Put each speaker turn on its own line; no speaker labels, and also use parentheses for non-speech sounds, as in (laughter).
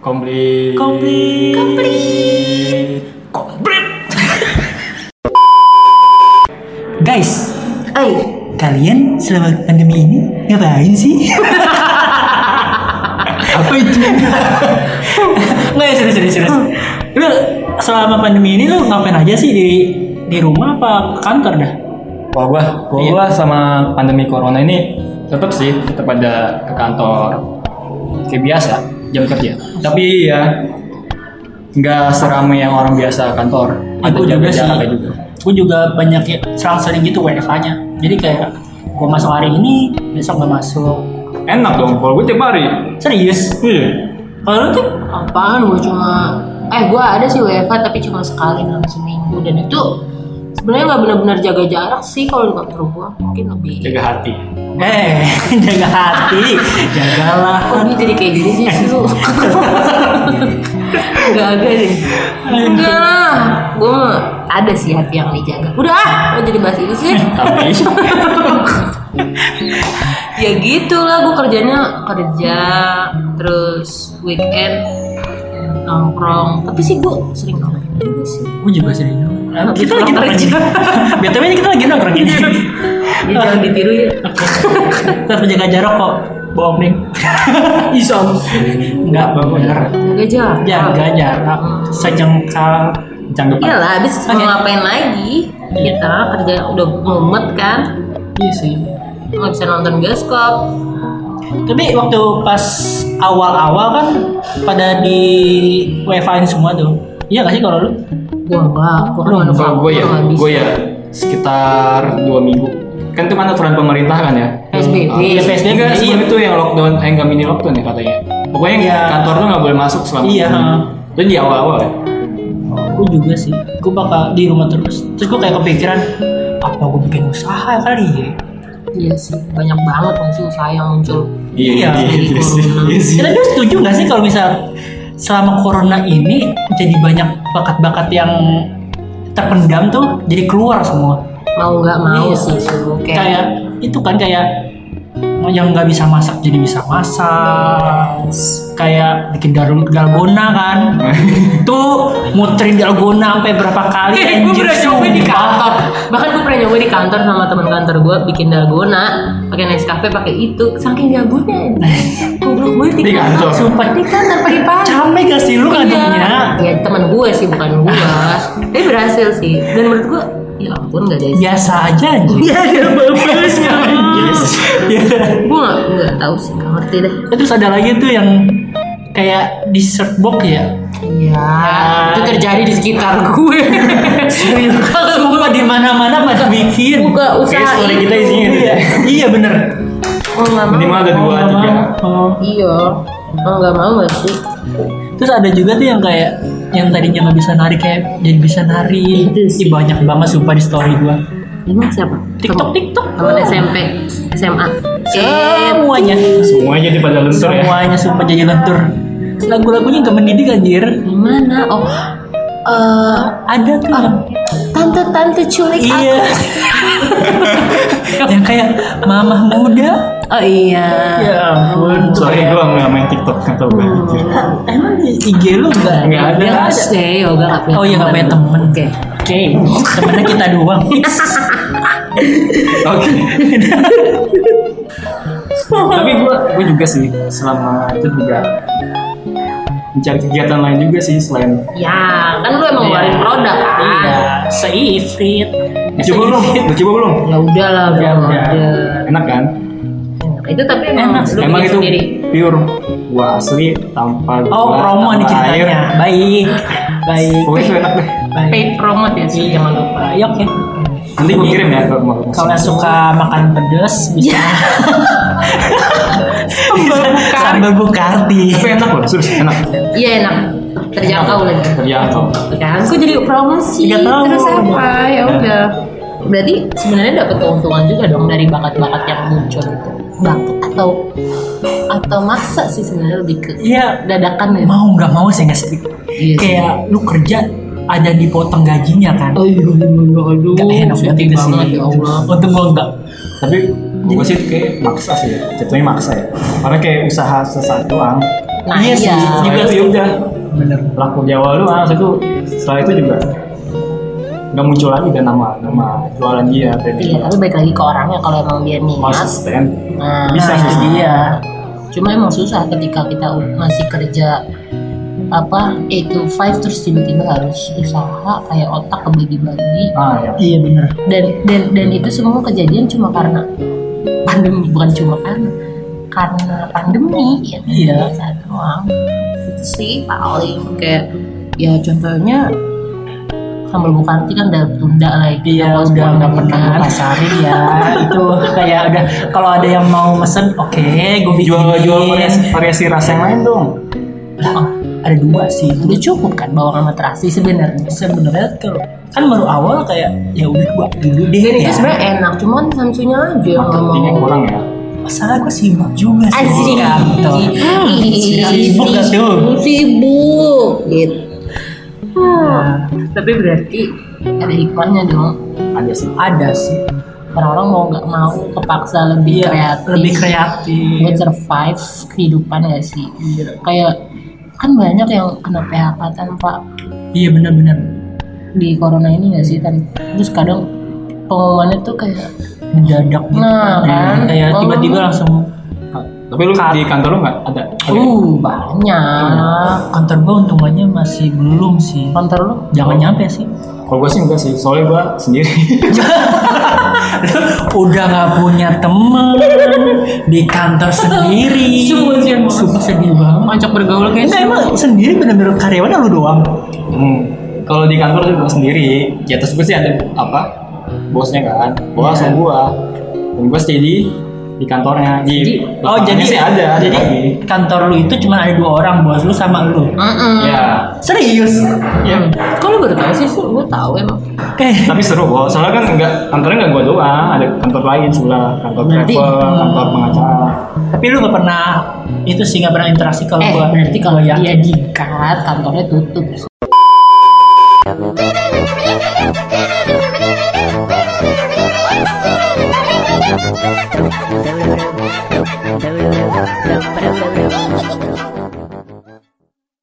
komplit
Komplit.
komplit
komplit (laughs) guys
Oi,
kalian selama pandemi ini ngapain sih
(laughs) apa itu
(laughs) nggak ya serius serius serius lu selama pandemi ini lu ngapain aja sih di di rumah apa ke kantor dah
Wah gua, gua,
Iya.
gua sama pandemi corona ini tetap sih tetap ada ke kantor kayak biasa jam kerja. Tapi ya nggak seramai yang orang biasa kantor. Ada
Aku
jaga
juga sih.
jaraknya juga.
Gue juga banyak ya, serang sering gitu WFH-nya. Jadi kayak gue masuk hari ini, besok gak masuk.
Enak dong, kalau gue tiap hari.
Serius?
Iya.
Kalau lu tuh
apaan gue cuma eh gue ada sih WFH tapi cuma sekali dalam seminggu dan itu sebenarnya nggak benar-benar jaga jarak sih kalau di kantor gue mungkin lebih
Jaga hati.
eh (laughs) jaga hati, jagalah.
Kok dia jadi kayak gini sih lu? Gak ada deh Enggak lah Gue ada sih hati yang dijaga Udah ah Lo jadi bahas itu sih (laughs)
(laughs)
Tapi
Ya gitu lah Gue kerjanya kerja Terus weekend Nongkrong Tapi sih gue sering nongkrong juga sih
Gue juga sering.
Nah,
Kita
gitu
lagi nongkrong. Iya.
nongkrong
BTW ini kita lagi nongkrong ini.
Jadi jangan ditiru ya
Tetap jaga jarak kok, bohong (laughs) nih. Isom. Enggak, bener.
Jaga jarak
Jaga jarak, sejengkal.
canggung.
Iya.
Iyalah abis mau
Oke.
ngapain lagi Kita kerja udah mumet kan
Iya sih.
Nggak bisa nonton bioskop
Tapi waktu pas awal-awal kan pada di WFH-in semua tuh. Iya gak sih kalau lu?
gua enggak gua kan
Belum,
manufaktur,
Kalau gue ya,
nggak bisa.
gue ya sekitar dua minggu. Kan itu kan aturan pemerintah kan ya.
PSBB
Iya,
Iya,
PSBB.
enggak sebelum
Iya.
itu yang lockdown, eh enggak mini lockdown ya katanya. Pokoknya
Iya.
kantor tuh nggak boleh masuk selama
Iya,
itu.
ha.
Itu di awal-awal ya.
Gue juga sih. Gue bakal di rumah terus. Terus gue kayak kepikiran, apa gue bikin usaha kali ya?
iya sih banyak banget nggak sih usaha yang muncul
Iya,
Iya.
iya sih, iya sih.
Kira lu setuju gak sih kalau misal selama corona ini jadi banyak bakat-bakat yang terpendam tuh jadi keluar semua.
mau nggak mau
Iya.
sih suruh kayak
Kayak itu kan kayak yang nggak bisa masak jadi bisa masak. Kayak bikin darum dalgona
(laughs)
kan. tuh muterin dalgona sampai berapa kali
(laughs) Eh, gue pernah nyoba di kantor bahkan gue pernah nyoba di kantor sama teman kantor gue bikin dalgona pakai Nescafe pakai itu saking gabutnya goblok banget
Di kantor.
Sumpah
di kantor pagi-pagi
capek gak sih
Iya.
lu kantornya?
ya teman gue sih bukan gue tapi berhasil sih dan menurut gue ya ampun nggak ada
Biasa aja anjir.
ya
(laughs)
ada apa-apa kan?
Yes.
Iya.
Ya.
gue nggak nggak tahu sih nggak ngerti deh
Eh, Terus ada lagi tuh yang kayak dessert box ya.
Iya, itu terjadi di sekitar gue.
Serius. Semua di mana-mana pada bikin.
Buka usaha
Kayak story
itu.
kita isinya itu
Iya,
ya.
iya bener.
Oh, nggak mau.
Minimal ada dua,
Oh,
tiga.
oh.
Iya. Oh, nggak mau nggak sih?
Terus ada juga tuh yang kayak yang tadinya nggak bisa nari kayak jadi bisa nari.
Itu sih.
Ih, banyak banget sumpah di story gua.
Emang siapa?
TikTok, TikTok.
Teman SMP, SMA. Eh,
Semuanya.
Semua jadi pada lentur ya.
Semuanya sumpah jadi lentur. Lagu-lagunya gak mendidik anjir.
gimana? Oh, eh,
Ada tuh yang-
Ah. tante-tante culik
Iya. (laughs)
aku.
yang kayak mamah muda
Oh iya.
Ya ampun.
Sorry gue nggak main TikTok atau gue.
Emang di IG lu nggak?
Nggak ada.
Nggak
Nggak ada. Yoga nggak punya
Oh iya nggak punya temen.
teman. Oke.
Oke. Temennya kita (laughs) doang.
Oke. Tapi gue
Iya.
gue juga sih selama itu juga mencari kegiatan lain juga sih selain
Ya, kan lu emang ngeluarin produk kan?
Iya. Seifrit.
coba belum, Lu coba belum.
Ya udah lah, udah.
Ya udah.
udah.
Enak kan?
Itu tapi emang
Enak.
lu
Emang
bikin
itu
sendiri.
pure gua asli tanpa gua,
Oh promo
tanpa
nih ceritanya.
air.
Baik. Baik.
Pokoknya itu enak deh.
Baik.
Paid promote ya sih, jangan lupa.
Yuk ya.
Nanti gue kirim ya ke rumah lu.
Kalau yang suka makan pedes bisa. (laughs) Sambal bukarti.
Tapi enak loh, serius enak.
Iya enak, terjangkau ya. lagi.
Terjangkau.
Kan, aku jadi promosi.
Nggak tahu.
Terus apa? Ya udah. Berarti sebenarnya dapat keuntungan juga dong dari bakat-bakat yang muncul itu. Bakat atau atau maksa sih sebenarnya lebih ke
Iya.
dadakan ya.
Mau nggak mau saya nggak sedih.
Iya sih.
Kayak lu kerja ada dipotong gajinya kan.
Aduh, iya, aduh,
Gak enak banget
sedih
itu sih.
Oh, banget ya Allah.
Untung gua enggak.
Tapi gue sih kayak maksa sih ya, jatuhnya maksa ya. Karena kayak usaha sesaat doang.
Nah,
iya sih
iya.
juga
ya
sih udah bener laku di awal doang Habis itu setelah itu juga nggak muncul lagi kan nama nama jualan dia gitu.
Iya,
tadi
tapi baik lagi ke orangnya kalau emang dia niat.
konsisten
Nah,
Bisa
nah,
sih.
iya
cuma emang susah ketika kita masih kerja apa 8 to 5 terus tiba-tiba harus usaha kayak otak kebagi-bagi
ah ya
iya bener
dan dan dan itu semua kejadian cuma karena pandemi bukan cuma karena karena pandemi ya kan?
Iya.
saat doang itu sih paling kayak ya contohnya sambal bukanti kan udah tunda lagi
Iya udah nggak pernah gue pasarin ya (laughs) itu kayak udah kalau ada yang mau mesen oke gue bikin
jual jual variasi, variasi rasa yang lain dong
Lah, ada dua sih
udah cukup kan bawang sama terasi sebenarnya
sebenarnya kalau kan baru awal kayak ya udah gua dulu deh
dan itu
ya.
sebenarnya enak cuman Samsunya aja yang
marketingnya
ngomong
kurang ya
masalah gue sibuk juga sih kan,
Asik.
kantor.
Hmm.
Sibuk gak tuh?
Sibuk gitu.
Nah,
Tapi berarti ada hikmahnya dong.
ada sih
ada sih
Orang-orang mau nggak mau kepaksa lebih
Iya,
kreatif.
lebih kreatif
Buat survive kehidupan ya sih. Kayak kan banyak yang kena PHK tanpa
iya benar-benar
kan, di corona ini nggak sih kan terus kadang pengumumannya tuh kayak
mendadak gitu.
Nah, kan.
kayak
Ngomong-
tiba-tiba langsung "Oh, iya."
tapi lu di kantor lu nggak ada Ada.
uh banyak
kantor gue untungannya masih belum sih
kantor lu
jangan nyampe sih (laughs)
kalau gue sih enggak sih soalnya gue sendiri
udah nggak punya temen di
(laughs)
kantor sendiri
Sumpah sih, emang.
Sumpah sedih banget
ngajak bergaul kayak
Enggak emang sendiri bener-bener karyawan lu doang
Hmm. Kalau di kantor tuh gue sendiri, di atas gue sih ada apa? Bosnya kan, bos sama gue. Dan gue stay di di kantornya. Di
Jadi-
Oh jadi
sih ada, ada
Jadi
lagi.
kantor lu itu cuma ada dua orang bos lu sama lu
Ya,
Serius?
ya.
Hmm.
Kok lu baru tau sih? Gue tau emang
Kayak
Tapi seru bos, soalnya kan enggak kantornya enggak gue doang, ada kantor lain sebelah, kantor
Berarti-
travel, kantor
Hmm.
pengacara.
tapi lu gak pernah itu sih gak pernah interaksi kalau
eh,
gua
berarti kalau
gua
dia
yakin.
di cut, kantornya tutup.
Thank you.